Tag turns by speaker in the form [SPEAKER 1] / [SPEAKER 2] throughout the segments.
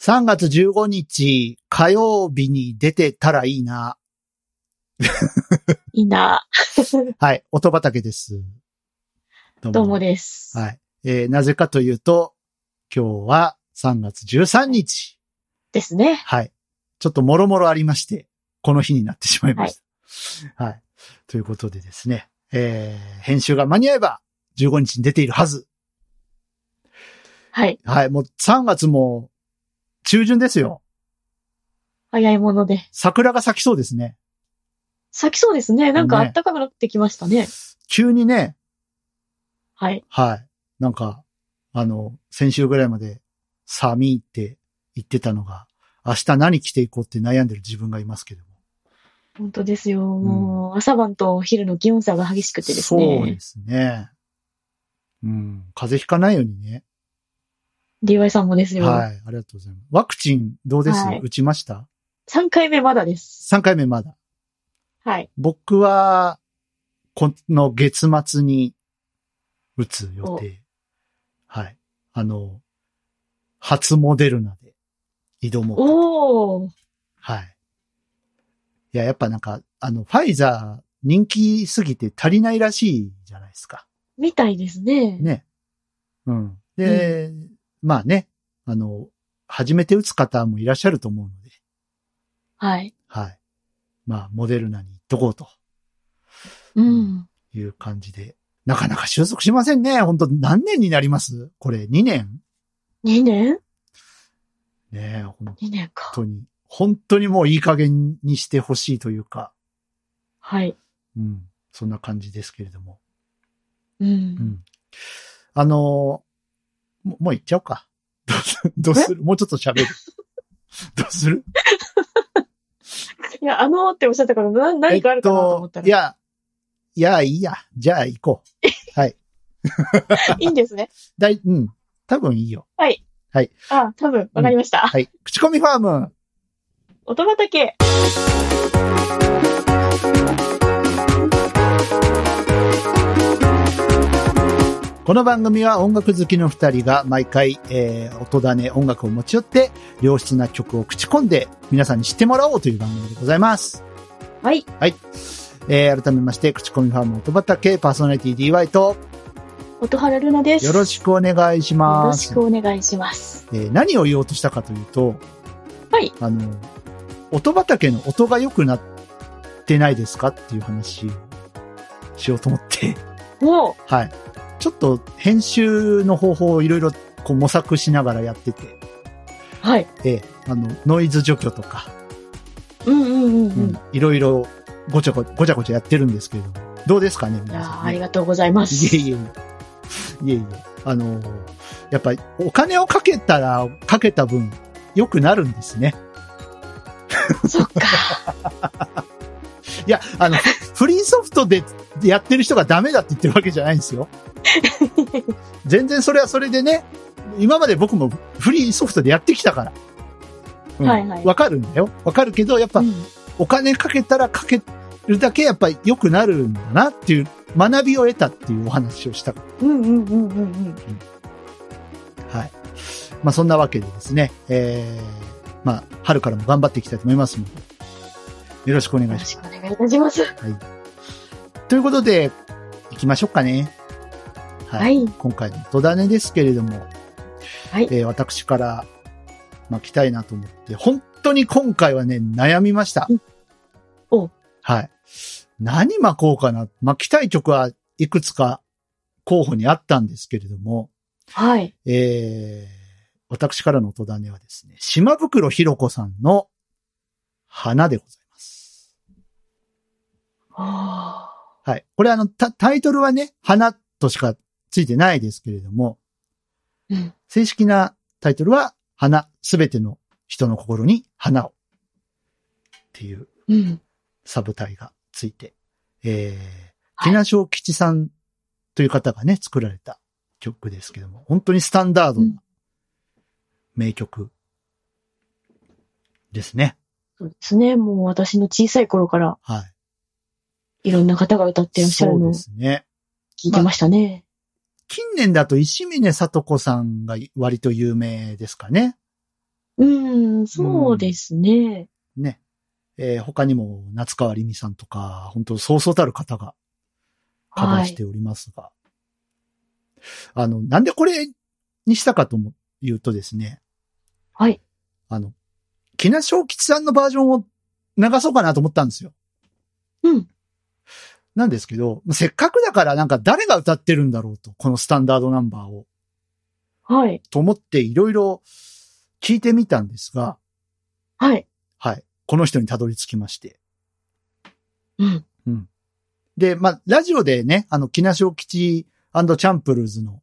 [SPEAKER 1] 3月15日火曜日に出てたらいいな。
[SPEAKER 2] いいな。
[SPEAKER 1] はい。音畑です。ど
[SPEAKER 2] どうもです。
[SPEAKER 1] はい。えーなぜかというと、今日は3月13日。
[SPEAKER 2] ですね。
[SPEAKER 1] はい。ちょっともろもろありまして、この日になってしまいました。はい。ということでですね、えー編集が間に合えば15日に出ているはず。
[SPEAKER 2] はい。
[SPEAKER 1] はい。もう3月も中旬ですよ。
[SPEAKER 2] 早いもので。
[SPEAKER 1] 桜が咲きそうですね。
[SPEAKER 2] 咲きそうですね。なんか
[SPEAKER 1] ね
[SPEAKER 2] 暖かくなってきましたね。
[SPEAKER 1] 急にね、
[SPEAKER 2] はい。
[SPEAKER 1] はい。なんか、あの、先週ぐらいまで、寒いって言ってたのが、明日何着ていこうって悩んでる自分がいますけども。
[SPEAKER 2] 本当ですよ。もう、朝晩とお昼の気温差が激しくてです
[SPEAKER 1] そう
[SPEAKER 2] ね
[SPEAKER 1] で。すね。うん。風邪ひかないようにね。
[SPEAKER 2] DY さんもですよ。
[SPEAKER 1] はい。ありがとうございます。ワクチンどうです、
[SPEAKER 2] はい
[SPEAKER 1] 打ちました
[SPEAKER 2] 3回目まだです。
[SPEAKER 1] ?3 回目まだ。
[SPEAKER 2] はい。
[SPEAKER 1] 僕は、この月末に打つ予定。はい。あの、初モデルナで挑もうかと
[SPEAKER 2] おー。
[SPEAKER 1] はい。いや、やっぱなんか、あの、ファイザー人気すぎて足りないらしいじゃないですか。
[SPEAKER 2] みたいですね。
[SPEAKER 1] ね。うん。で、まあね、あの、初めて打つ方もいらっしゃると思うので、
[SPEAKER 2] はい。
[SPEAKER 1] はい。まあ、モデルナに行っとこうと
[SPEAKER 2] うん。
[SPEAKER 1] いう感じで、なかなか収束しませんね。本当何年になりますこれ、2年
[SPEAKER 2] 2年
[SPEAKER 1] ねえ、本
[SPEAKER 2] ?2 年か。
[SPEAKER 1] 当に。本当にもういい加減にしてほしいというか、
[SPEAKER 2] はい。
[SPEAKER 1] うん。そんな感じですけれども。
[SPEAKER 2] う。
[SPEAKER 1] うんん。あのーももう行っちゃおうか。 どうすどうするもうちょっと 喋る。どうする
[SPEAKER 2] いや、あのーっておっしゃったから、な何かあるかなと思った
[SPEAKER 1] えっ
[SPEAKER 2] ら。
[SPEAKER 1] といや、いや、いいや。じゃあ行こ
[SPEAKER 2] いいんですね。
[SPEAKER 1] う。だい、うん。多分いいよ。
[SPEAKER 2] あ、多分、わかりました。
[SPEAKER 1] はい。口コミファーム。
[SPEAKER 2] 音畑。
[SPEAKER 1] この番組は音楽好きの二人が毎回、えー、音種、音楽を持ち寄って、良質な曲を口コんで、皆さんに知ってもらおうという番組でございます。
[SPEAKER 2] はい。
[SPEAKER 1] はい。えー、改めまして、口コミファーム音畑、パーソナリティ DY と、
[SPEAKER 2] 音原ルナです。
[SPEAKER 1] よろしくお願いし
[SPEAKER 2] よ
[SPEAKER 1] ま
[SPEAKER 2] ろ
[SPEAKER 1] す。
[SPEAKER 2] しくお願いします。
[SPEAKER 1] えー何を言おうとしたかというと、
[SPEAKER 2] はい。
[SPEAKER 1] あの、音畑の音が良くなってないですかっていう話をしようと思って、
[SPEAKER 2] もう、
[SPEAKER 1] はい。ちょっと編集の方法をいろいろこう模索しながらやってて、
[SPEAKER 2] はい。
[SPEAKER 1] ええあの、ノイズ除去とか、
[SPEAKER 2] うんうんうんうん。い
[SPEAKER 1] いろいろごちゃごごちゃごちゃやってるんですけれども、どうですかね、皆
[SPEAKER 2] や
[SPEAKER 1] さ
[SPEAKER 2] ー
[SPEAKER 1] ん、
[SPEAKER 2] あ
[SPEAKER 1] ね。
[SPEAKER 2] りがとうございます。
[SPEAKER 1] いえいえ。いえいえ。あの、やっぱりお金をかけたら、かけた分、良くなるんですね。
[SPEAKER 2] そっ か。
[SPEAKER 1] いや、あの、フ リーソフトでやってる人がダメだって言ってるわけじゃないんです よ。全然それはそれでね、今まで僕もフリーソフトでやってきたから。うん
[SPEAKER 2] はいはい
[SPEAKER 1] わかるんだよ。わかるけど、やっ
[SPEAKER 2] う
[SPEAKER 1] ぱ
[SPEAKER 2] ん
[SPEAKER 1] お金かけたらかけるだけやっぱり良くなるんだなっていう学びを得たっていうお話をした。
[SPEAKER 2] うんうんうんうんうん。
[SPEAKER 1] はい。まあそんなわけでですね、えー、まあ春からも頑張っていきたいと思いますので、よろしくお願いし
[SPEAKER 2] よ
[SPEAKER 1] ま
[SPEAKER 2] ろ
[SPEAKER 1] す。
[SPEAKER 2] しくお願いいたします。
[SPEAKER 1] ということで、行きましょうかね。
[SPEAKER 2] は
[SPEAKER 1] はい。
[SPEAKER 2] い。
[SPEAKER 1] 今回の戸種ですけれども、
[SPEAKER 2] はい
[SPEAKER 1] えー私から、まあ、来たいなと思って、本当に今回はね、悩みました
[SPEAKER 2] うん。お
[SPEAKER 1] はい。何巻こうかな。巻きたい曲はいくつか候補にあったんですけれども、
[SPEAKER 2] はい。
[SPEAKER 1] えー、私からの戸種はですね、島袋ひろ子さんの花でございます。
[SPEAKER 2] あ
[SPEAKER 1] はい。これあの、タタイトルはね、花としかついてないですけれども、
[SPEAKER 2] ーうん。
[SPEAKER 1] 正式なタイトルは、花、すべての人の心に花を。っていう
[SPEAKER 2] うん。
[SPEAKER 1] サブタイがついて、えー、
[SPEAKER 2] は
[SPEAKER 1] テ
[SPEAKER 2] い
[SPEAKER 1] ィナショウ吉さんという方がね、作られた曲ですけども、本当にスタンダード
[SPEAKER 2] うん
[SPEAKER 1] な名曲ですね。
[SPEAKER 2] そうですね。もう私の小さい頃から
[SPEAKER 1] はい
[SPEAKER 2] ろんな方が歌って
[SPEAKER 1] い。
[SPEAKER 2] らっしゃ
[SPEAKER 1] そ
[SPEAKER 2] る
[SPEAKER 1] う
[SPEAKER 2] のを
[SPEAKER 1] で
[SPEAKER 2] 聞
[SPEAKER 1] すね。
[SPEAKER 2] いてましたね。
[SPEAKER 1] 近年だと石峰さと子さんが割と有名ですかね。
[SPEAKER 2] うん、そうですね。
[SPEAKER 1] ね。えー他にも夏川りみさんとか、本当そうそうたる方がカバーしておりますが。あの、なんでこれにしたかとも言うとですね、
[SPEAKER 2] はい。
[SPEAKER 1] あの、木梨正吉さんのバージョンを流そうかなと思ったんですよ。
[SPEAKER 2] うん。
[SPEAKER 1] なんですけど、せっかくだからなんか誰が歌ってるんだろうと、このスタンダードナンバーを。
[SPEAKER 2] はい。
[SPEAKER 1] と思っていろいろ聞いてみたんですが、
[SPEAKER 2] はい。
[SPEAKER 1] はい。この人にたどり着きまして。
[SPEAKER 2] うん。
[SPEAKER 1] で、まあ、ラジオでね、あの、木梨沖吉チャンプルーズの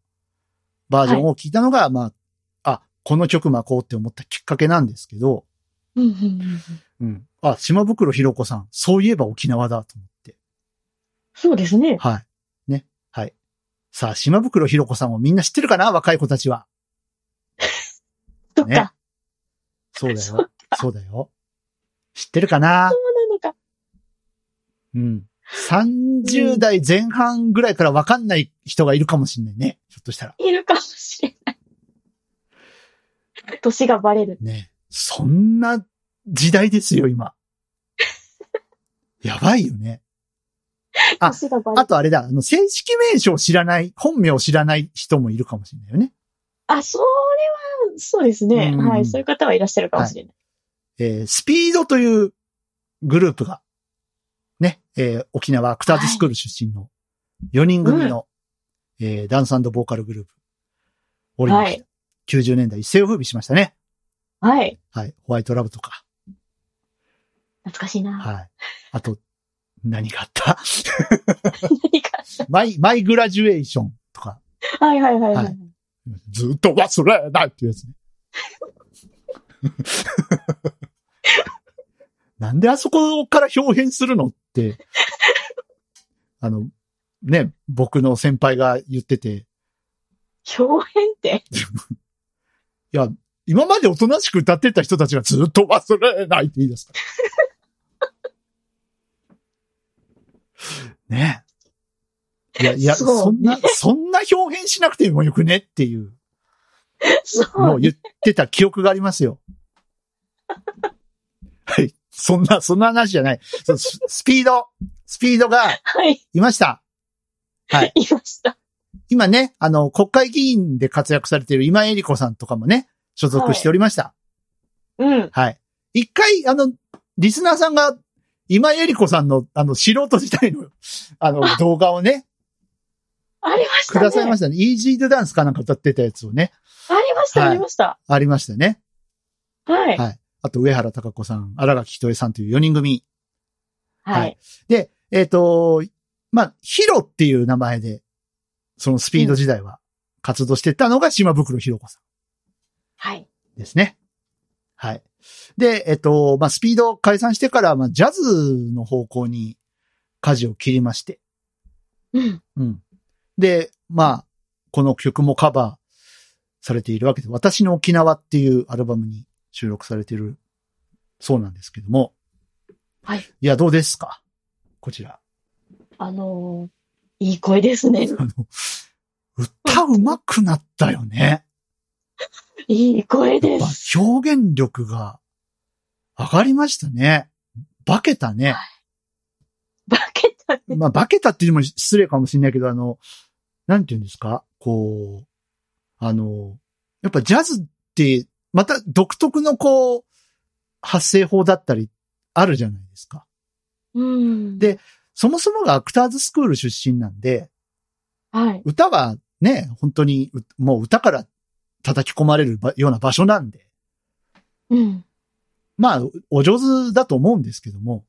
[SPEAKER 1] バージョンを聞いたのが、まあ、あ、この曲巻こうって思ったきっかけなんですけど、
[SPEAKER 2] うんうんうんうん。
[SPEAKER 1] うん。あ、島袋ひろ子さん、そういえば沖縄だと思って。
[SPEAKER 2] そうですね。
[SPEAKER 1] はい。ね。はい。さあ、島袋ひろ子さんをみんな知ってるかな若い子たちは。
[SPEAKER 2] そっ
[SPEAKER 1] ね
[SPEAKER 2] か。
[SPEAKER 1] そうだ
[SPEAKER 2] そ
[SPEAKER 1] よ。そうだよ。知ってるかな
[SPEAKER 2] そうなのか。
[SPEAKER 1] うん。30代前半ぐらいからわかんない人がいるかもしんないね。ひょっとしたら。
[SPEAKER 2] いるかもしれない。年がバレる。
[SPEAKER 1] ねそんな時代ですよ、今。 やばいよね。あ
[SPEAKER 2] 年がバレ
[SPEAKER 1] あ
[SPEAKER 2] る。
[SPEAKER 1] とあれだ、あの、正式名称知らない、本名知らない人もいるかもしれないよね。
[SPEAKER 2] あ、それは、そうですね。
[SPEAKER 1] うん
[SPEAKER 2] はい。そういう方はいらっしゃるかもしれない。
[SPEAKER 1] えースピードというグループが、ね、えー沖縄アクターズスクール出身の4人組の、えーダンスボーカルグループ、おりました。
[SPEAKER 2] は
[SPEAKER 1] 90年代一世を風靡しましたね。
[SPEAKER 2] はい。
[SPEAKER 1] はい。ホワイトラブとか、
[SPEAKER 2] 懐かしいな。
[SPEAKER 1] はい。あと、何があった
[SPEAKER 2] 何か。
[SPEAKER 1] マイ、マイグラジュエーションとか、
[SPEAKER 2] はいはいはいは
[SPEAKER 1] はい
[SPEAKER 2] い。
[SPEAKER 1] ずっと忘れないっていうやつ ね。なんであそこから表現するのって、あの、ね、僕の先輩が言ってて、い
[SPEAKER 2] 表変って。
[SPEAKER 1] や、今までおとなしく歌ってた人たちがずっと忘れないって言い出すから。 ねいや、いや、
[SPEAKER 2] そう
[SPEAKER 1] そんな、そんな表現しなくてもよくねっていう。
[SPEAKER 2] そ
[SPEAKER 1] も
[SPEAKER 2] う
[SPEAKER 1] う。言ってた記憶がありますよ。はい。そんな、そんな話じゃない。そうススピード、スピードが
[SPEAKER 2] はい。
[SPEAKER 1] いました。はい。
[SPEAKER 2] 言いました。
[SPEAKER 1] 今ね、あの、国会議員で活躍されている今江里子さんとかもね、所属しておりました。
[SPEAKER 2] うん。
[SPEAKER 1] はい。一回、あの、リスナーさんが、今江里子さんの、あの、素人時代の、あの、動画をね、
[SPEAKER 2] ありました
[SPEAKER 1] く
[SPEAKER 2] ね。
[SPEAKER 1] ださいましたね。イージードダンスかなんか歌ってたやつをね、
[SPEAKER 2] ありました、
[SPEAKER 1] はい
[SPEAKER 2] ありました。
[SPEAKER 1] ありましたね。
[SPEAKER 2] はい。
[SPEAKER 1] はいあと、上原貴子さん、荒垣ひとえさんという4人組。は
[SPEAKER 2] はいい。
[SPEAKER 1] で、えっ、と、まあ、ヒロっていう名前で、そのスピード時代は活動してたのが島袋ひろ子さ
[SPEAKER 2] はい。
[SPEAKER 1] んですね。はい。で、えっ、と、まあ、スピードを解散してから、まあ、ジャズの方向に舵を切りまして。
[SPEAKER 2] うん。
[SPEAKER 1] うん。で、まあ、この曲もカバーされているわけで、私の沖縄っていうアルバムに収録されているそうなんですけども。
[SPEAKER 2] はい。
[SPEAKER 1] いや、どうですかこちら。
[SPEAKER 2] あのーいい声ですね。
[SPEAKER 1] あの、歌うまくなったよね。
[SPEAKER 2] いい声
[SPEAKER 1] やっ
[SPEAKER 2] です。
[SPEAKER 1] ぱ表現力が上がりましたね。化けたね。
[SPEAKER 2] バケたね。
[SPEAKER 1] まあ、化けたっていうのも失礼かもしれないけど、あの、なんていうんですかこう、あの、やっぱジャズって、また独特のこう、発声法だったり、あるじゃないですか。
[SPEAKER 2] うん。
[SPEAKER 1] でそもそもがアクターズスクール出身なんで、
[SPEAKER 2] はい。
[SPEAKER 1] 歌はね、本当にう、もう歌から叩き込まれるばような場所なんで、
[SPEAKER 2] うん。
[SPEAKER 1] まあ、お上手だと思うんですけども、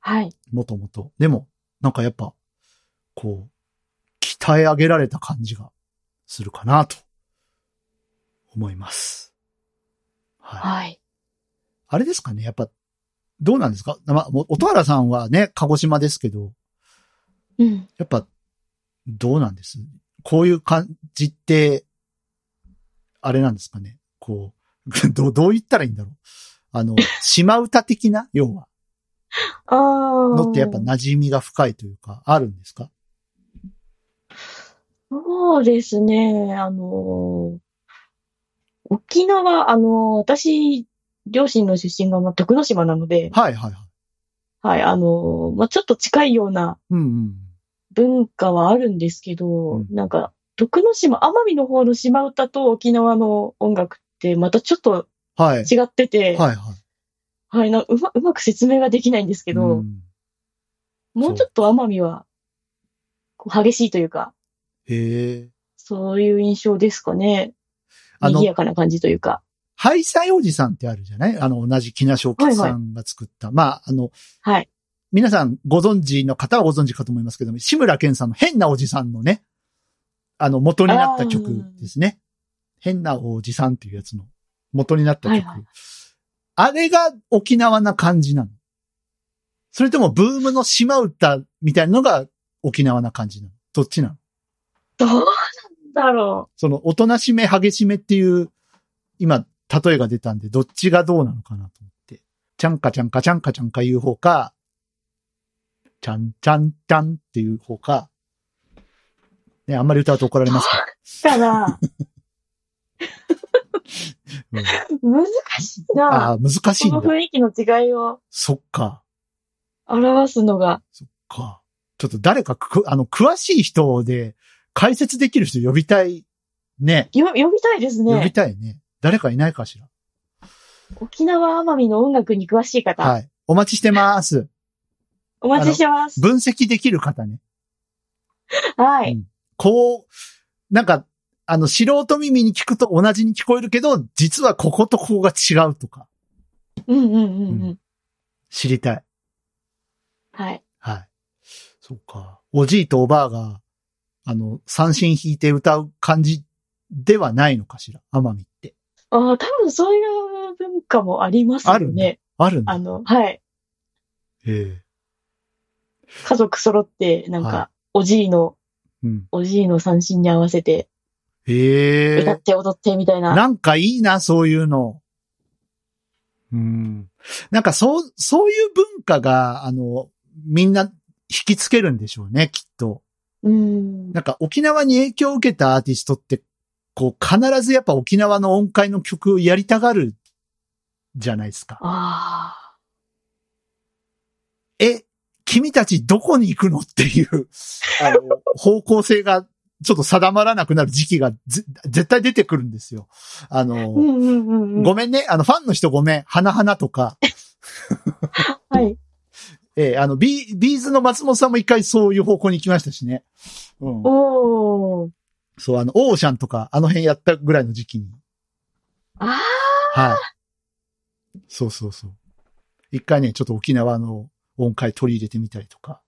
[SPEAKER 2] はい。
[SPEAKER 1] もともと。でも、なんかやっぱ、こう、鍛え上げられた感じがするかなと、思います。はい。
[SPEAKER 2] はい。
[SPEAKER 1] あれですかねやっぱ、どうなんですかまあ、もう音原さんはね、鹿児島ですけど、
[SPEAKER 2] うん。
[SPEAKER 1] やっぱ、どうなんですこういう感じって、あれなんですかねこう、 どう、どう言ったらいいんだろうあの、島歌的な要は。
[SPEAKER 2] ああ。
[SPEAKER 1] のってやっぱ馴染みが深いというか、あるんですか
[SPEAKER 2] そうですね。あのー沖縄、あの、私、両親の出身が、まあ、徳之島なので、
[SPEAKER 1] はいはいはい。
[SPEAKER 2] はい、あの、まあ、ちょっと近いような
[SPEAKER 1] うんうん。
[SPEAKER 2] 文化はあるんですけ
[SPEAKER 1] う
[SPEAKER 2] ど、
[SPEAKER 1] ん
[SPEAKER 2] なんか、徳之島、奄美の方の島唄と沖縄の音楽って、またちょっと
[SPEAKER 1] はい。
[SPEAKER 2] 違ってて、
[SPEAKER 1] はいはい。
[SPEAKER 2] はい、なうまうまく説明ができないんですけ
[SPEAKER 1] う
[SPEAKER 2] ど、
[SPEAKER 1] ん
[SPEAKER 2] もうちょっと奄美は、こう激しいというか、
[SPEAKER 1] へえ。
[SPEAKER 2] そういう印象ですかね。
[SPEAKER 1] あの
[SPEAKER 2] 賑やかな感じというか。
[SPEAKER 1] ハイサイおじさんってあるじゃないあの、同じ木梨沖さんが作った。まあ、あの、
[SPEAKER 2] はい。
[SPEAKER 1] 皆さんご存知の方はご存知かと思いますけども、志村けんさんの変なおじさんのね、あの、元になった曲ですね。変なおじさんっていうやつの元になった曲。
[SPEAKER 2] はいはい
[SPEAKER 1] あれが沖縄な感じなのそれともブームの島唄みたいなのが沖縄な感じなのどっちなの
[SPEAKER 2] どうなんだろ
[SPEAKER 1] その、おとなしめ、激しめっていう、今、例えが出たんで、どっちがどうなのかなと思って。ちゃんかちゃんかちゃんかちゃんか言う方か、ちゃんちゃんちゃんっていう方か、ね、あんまり歌うと怒られますか
[SPEAKER 2] う。ただ、
[SPEAKER 1] ら。うん
[SPEAKER 2] 難しいな。
[SPEAKER 1] ああ、難し
[SPEAKER 2] こ
[SPEAKER 1] いん
[SPEAKER 2] の
[SPEAKER 1] だ。
[SPEAKER 2] 雰囲気の違いを
[SPEAKER 1] そっか、
[SPEAKER 2] 表すのが。
[SPEAKER 1] そっか。ちょっと誰かく、あの、詳しい人で、解説できる人呼びたい、ね。
[SPEAKER 2] よ読みたいです
[SPEAKER 1] 呼び
[SPEAKER 2] ね。
[SPEAKER 1] たいね。誰かいないかしら。
[SPEAKER 2] 沖縄奄美の音楽に詳しい方、
[SPEAKER 1] はい。お待ちしてます。
[SPEAKER 2] お待ちしてます。
[SPEAKER 1] 分析できる方ね。
[SPEAKER 2] はい、
[SPEAKER 1] うんこう、なんか、あの、素人耳に聞くと同じに聞こえるけど、実はこことここが違うとか、
[SPEAKER 2] うんうんうんうん。
[SPEAKER 1] う知りたい。
[SPEAKER 2] はい。
[SPEAKER 1] はい。そうか。おじいとおばあが、あの、三振弾いて歌う感じではないのかしら、奄美って。
[SPEAKER 2] ああ、多分そういう文化もありますよ
[SPEAKER 1] あるんだ
[SPEAKER 2] ね。
[SPEAKER 1] あるんだ。
[SPEAKER 2] あ
[SPEAKER 1] へ
[SPEAKER 2] の、はい。
[SPEAKER 1] え。
[SPEAKER 2] 家族揃って、なんか、
[SPEAKER 1] は
[SPEAKER 2] おじいの、
[SPEAKER 1] うん。
[SPEAKER 2] おじいの三振に合わせて、
[SPEAKER 1] へ
[SPEAKER 2] 歌
[SPEAKER 1] え
[SPEAKER 2] っ。て踊ってみたいな。
[SPEAKER 1] なんかいいな、そういうの。うん。なんかそう、そういう文化が、あの、みんな引きつけるんでしょうね、きっと。
[SPEAKER 2] うん。
[SPEAKER 1] なんか沖縄に影響を受けたアーティストって、こう必ずやっぱ沖縄の音階の曲をやりたがるじゃないですか。
[SPEAKER 2] あ
[SPEAKER 1] え、君たちどこに行くのって いう、あの、方向性がちょっと定まらなくなる時期がぜ絶対出てくるんですよ。あ
[SPEAKER 2] あ。うん
[SPEAKER 1] の、
[SPEAKER 2] うんうんうん。
[SPEAKER 1] ごめんね、あの、ファンの人ごめん、花々と か、
[SPEAKER 2] はい。
[SPEAKER 1] えーあの、ビービーズの松本さんも一回そういう方向に行きましたしね。うん。
[SPEAKER 2] おー。
[SPEAKER 1] そう、あの、オーシャンとか、あの辺やったぐらいの時期に。
[SPEAKER 2] あ
[SPEAKER 1] はい。そうそうそう。一回ね、ちょっと沖縄の音階取り入れてみたりとか、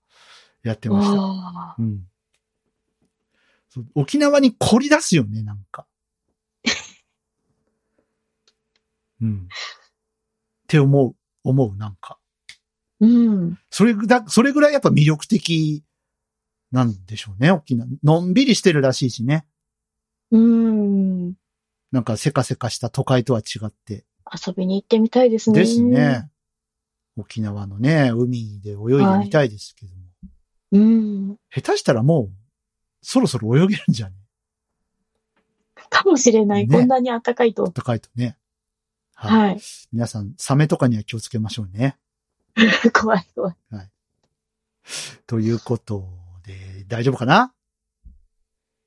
[SPEAKER 1] やって
[SPEAKER 2] ー
[SPEAKER 1] ました。
[SPEAKER 2] あ
[SPEAKER 1] うん。そう沖縄に凝り出すよね、なんか。うん。って思う、思う、なんか。
[SPEAKER 2] ー。うん。
[SPEAKER 1] それぐだ、それぐらいやっぱ魅力的なんでしょうね、沖縄。のんびりしてるらしいしね。
[SPEAKER 2] うん。
[SPEAKER 1] なんかせかせかした都会とは違って。
[SPEAKER 2] 遊びに行ってみたいですね。
[SPEAKER 1] です。ね。沖縄のね、海で泳いでみたいですけども。
[SPEAKER 2] うん。
[SPEAKER 1] 下手したらもう、そろそろ泳げるんじゃね
[SPEAKER 2] かもしれない。
[SPEAKER 1] ね
[SPEAKER 2] こんなに暖かいと。
[SPEAKER 1] 高いとね。はい。
[SPEAKER 2] はい。
[SPEAKER 1] 皆さん、サメとかには気をつけましょうね。
[SPEAKER 2] 怖い 怖い。
[SPEAKER 1] ということで、大丈夫かな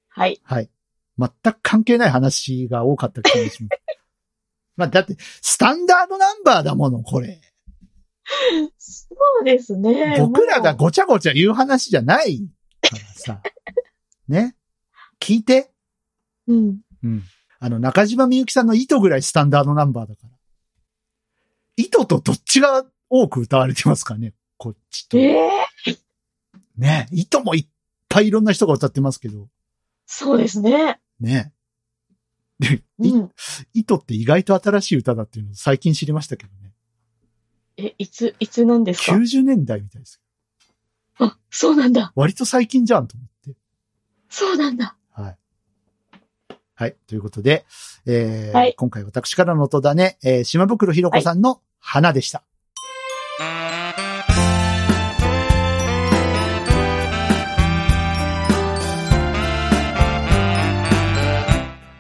[SPEAKER 2] はい。
[SPEAKER 1] はい。全く関係ない話が多かった気がします。 まあ、だって、スタンダードナンバーだもの、これ。
[SPEAKER 2] そうですね。
[SPEAKER 1] 僕らが
[SPEAKER 2] も
[SPEAKER 1] ごちゃごちゃ言う話じゃないからさ。 ね。聞いて。
[SPEAKER 2] う。うん。
[SPEAKER 1] うん。あの、中島みゆきさんの糸ぐらいスタンダードナンバーだから。糸とどっちが多く歌われてますかねこっちと。
[SPEAKER 2] ええ
[SPEAKER 1] ね糸もいっぱいいろんな人が歌ってますけど。
[SPEAKER 2] そうですね。
[SPEAKER 1] ねで、
[SPEAKER 2] う
[SPEAKER 1] い
[SPEAKER 2] ん。
[SPEAKER 1] 糸って意外と新しい歌だっていうのを最近知りましたけどね。
[SPEAKER 2] え、いつ、いつなんですか
[SPEAKER 1] 90年代みたいです。
[SPEAKER 2] あ、そうなんだ。
[SPEAKER 1] 割と最近じゃんと思って。
[SPEAKER 2] そうなんだ。
[SPEAKER 1] はい。はい。ということで、えー
[SPEAKER 2] はい
[SPEAKER 1] 今回私からの音だね、えー島袋ひろ子さんの花でした。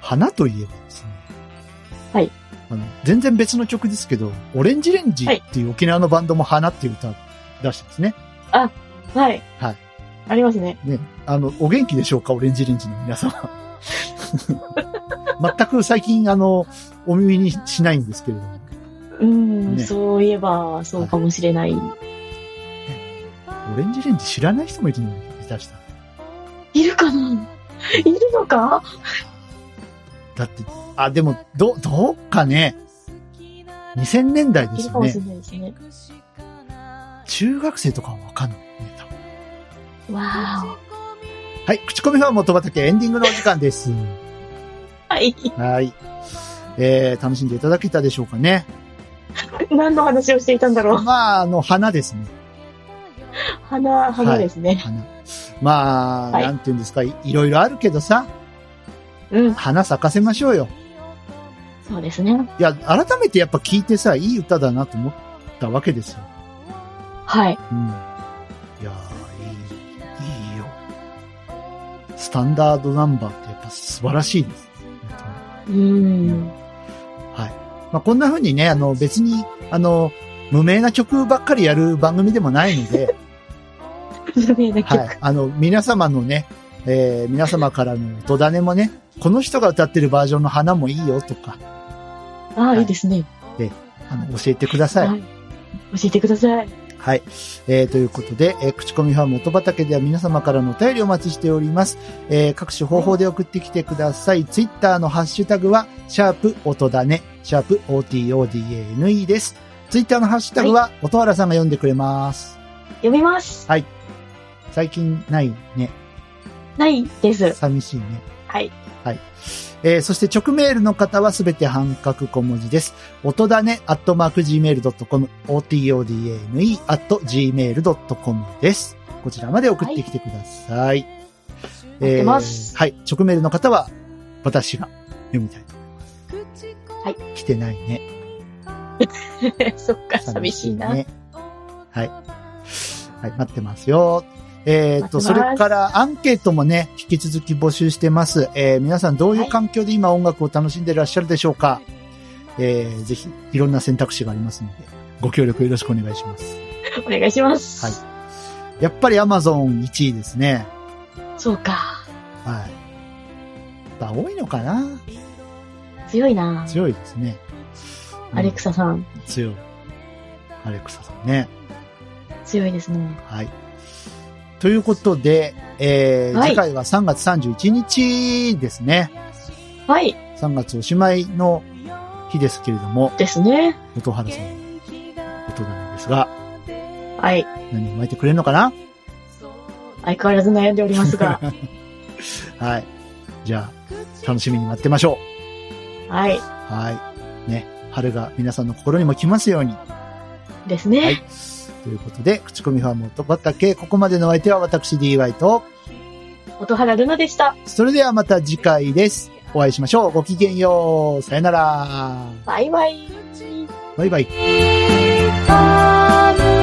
[SPEAKER 1] 花といえばですね、
[SPEAKER 2] はい
[SPEAKER 1] あの全然別の曲ですけど、オレンジレンジっていう沖縄のバンドも花っていう歌出してますね。
[SPEAKER 2] はい。
[SPEAKER 1] はい。
[SPEAKER 2] ありますね。
[SPEAKER 1] ね。あの、お元気でしょうかオレンジレンジの皆様。 全く最近、あの、お耳にしないんですけれども。
[SPEAKER 2] うん、
[SPEAKER 1] ね
[SPEAKER 2] そういえば、そうかもしれない。
[SPEAKER 1] オレンジレンジ知らない人もいるのに、下手したら。
[SPEAKER 2] いるかな いるのか
[SPEAKER 1] だって、あ、でも、ど、どうかね。2000年代で
[SPEAKER 2] い
[SPEAKER 1] すよ
[SPEAKER 2] るかもし
[SPEAKER 1] ね
[SPEAKER 2] れ。ないですね。
[SPEAKER 1] 中学生とかはわかんない、ね。多分
[SPEAKER 2] わ
[SPEAKER 1] はい、口コミファン元畑エンディングのお時間です。
[SPEAKER 2] ー。はい。
[SPEAKER 1] はい。えー、楽しんでいただけたでしょうかね。
[SPEAKER 2] 何の話をしていたんだろう。
[SPEAKER 1] まあ、あの、花ですね。
[SPEAKER 2] 花、花ですね。
[SPEAKER 1] 花。まあ、
[SPEAKER 2] はい
[SPEAKER 1] なんて言うんですかい、いろいろあるけどさ、
[SPEAKER 2] うん、
[SPEAKER 1] 花咲かせましょうよ。
[SPEAKER 2] そうですね。
[SPEAKER 1] いや、改めてやっぱ聞いてさ、いい歌だなと思ったわけですよ。
[SPEAKER 2] はい。
[SPEAKER 1] うん。いやーいい、いいよ。スタンダードナンバーってやっぱ素晴らしいです。本当に
[SPEAKER 2] うん。
[SPEAKER 1] まあ、こんな風にね、あの、別に、あの、無名な曲ばっかりやる番組でもないので、
[SPEAKER 2] 有名な曲。
[SPEAKER 1] はい。あの、皆様のね、えー皆様からの音種もね、この人が歌ってるバージョンの花もいいよとか、
[SPEAKER 2] ああ、
[SPEAKER 1] い
[SPEAKER 2] いいですね。
[SPEAKER 1] あの、教えてください。
[SPEAKER 2] はい。教えてください。
[SPEAKER 1] はい。えーということで、えー口コミファン元畑では皆様からのお便りをお待ちしております。えー各種方法で送ってきてください。ツイッターのハッシュタグは、シャープ音だね、シャープ otodane です。ツイッターのハッシュタグは、音原さんが読んでくれます。
[SPEAKER 2] 読みます。
[SPEAKER 1] 最近ないね。
[SPEAKER 2] ないです。
[SPEAKER 1] 寂しいね。
[SPEAKER 2] はい。
[SPEAKER 1] はい。えーそして直メールの方はすべて半角小文字です。音だね、アットマーク gmail.com、otodane、アット gmail.com です。こちらまで送ってきてください。
[SPEAKER 2] 待ってます
[SPEAKER 1] はい。直メールの方は、私が読みたいと思います。
[SPEAKER 2] はい。
[SPEAKER 1] 来てないね。
[SPEAKER 2] そっか、寂しいな。
[SPEAKER 1] ね。はい。はい、待ってますよ。えーっと、
[SPEAKER 2] 待
[SPEAKER 1] そ
[SPEAKER 2] ってます
[SPEAKER 1] れからアンケートもね、引き続き募集してます。えー皆さんどうい
[SPEAKER 2] は
[SPEAKER 1] う
[SPEAKER 2] い
[SPEAKER 1] 環境で今音楽を楽しんでいらっしゃるでしょうか、えーぜひ、いろんな選択肢がありますので、ご協力よろしくお願いします。
[SPEAKER 2] お願いします。
[SPEAKER 1] はいやっぱり Amazon 1位ですね。
[SPEAKER 2] そうか。
[SPEAKER 1] はい。やっぱ多いのかな
[SPEAKER 2] 強いな。
[SPEAKER 1] 強いですね。うん
[SPEAKER 2] アレクサさん、
[SPEAKER 1] 強い。アレクサさんね。
[SPEAKER 2] 強いですね。
[SPEAKER 1] はい。ということで、えー
[SPEAKER 2] はい
[SPEAKER 1] 次回は3月31日ですね。
[SPEAKER 2] はい。
[SPEAKER 1] 3月おしまいの日ですけれども、
[SPEAKER 2] ですね。
[SPEAKER 1] 音原さんのことなんですが、
[SPEAKER 2] はい。
[SPEAKER 1] 何を巻いてくれるのかな
[SPEAKER 2] 相変わらず悩んでおります が。
[SPEAKER 1] はい。じゃあ、楽しみに待ってましょ
[SPEAKER 2] はい。
[SPEAKER 1] う。はい。ね。春が皆さんの心にも来ますように。
[SPEAKER 2] ですね。
[SPEAKER 1] はいということで、口コミファーム音畑、ここまでのお相手は私 DY と、
[SPEAKER 2] 音原ルナでした。
[SPEAKER 1] それではまた次回です。お会いしましょう。ごきげんよう。さよなら。
[SPEAKER 2] バイバイ。
[SPEAKER 1] バイバイ。
[SPEAKER 3] 「たむ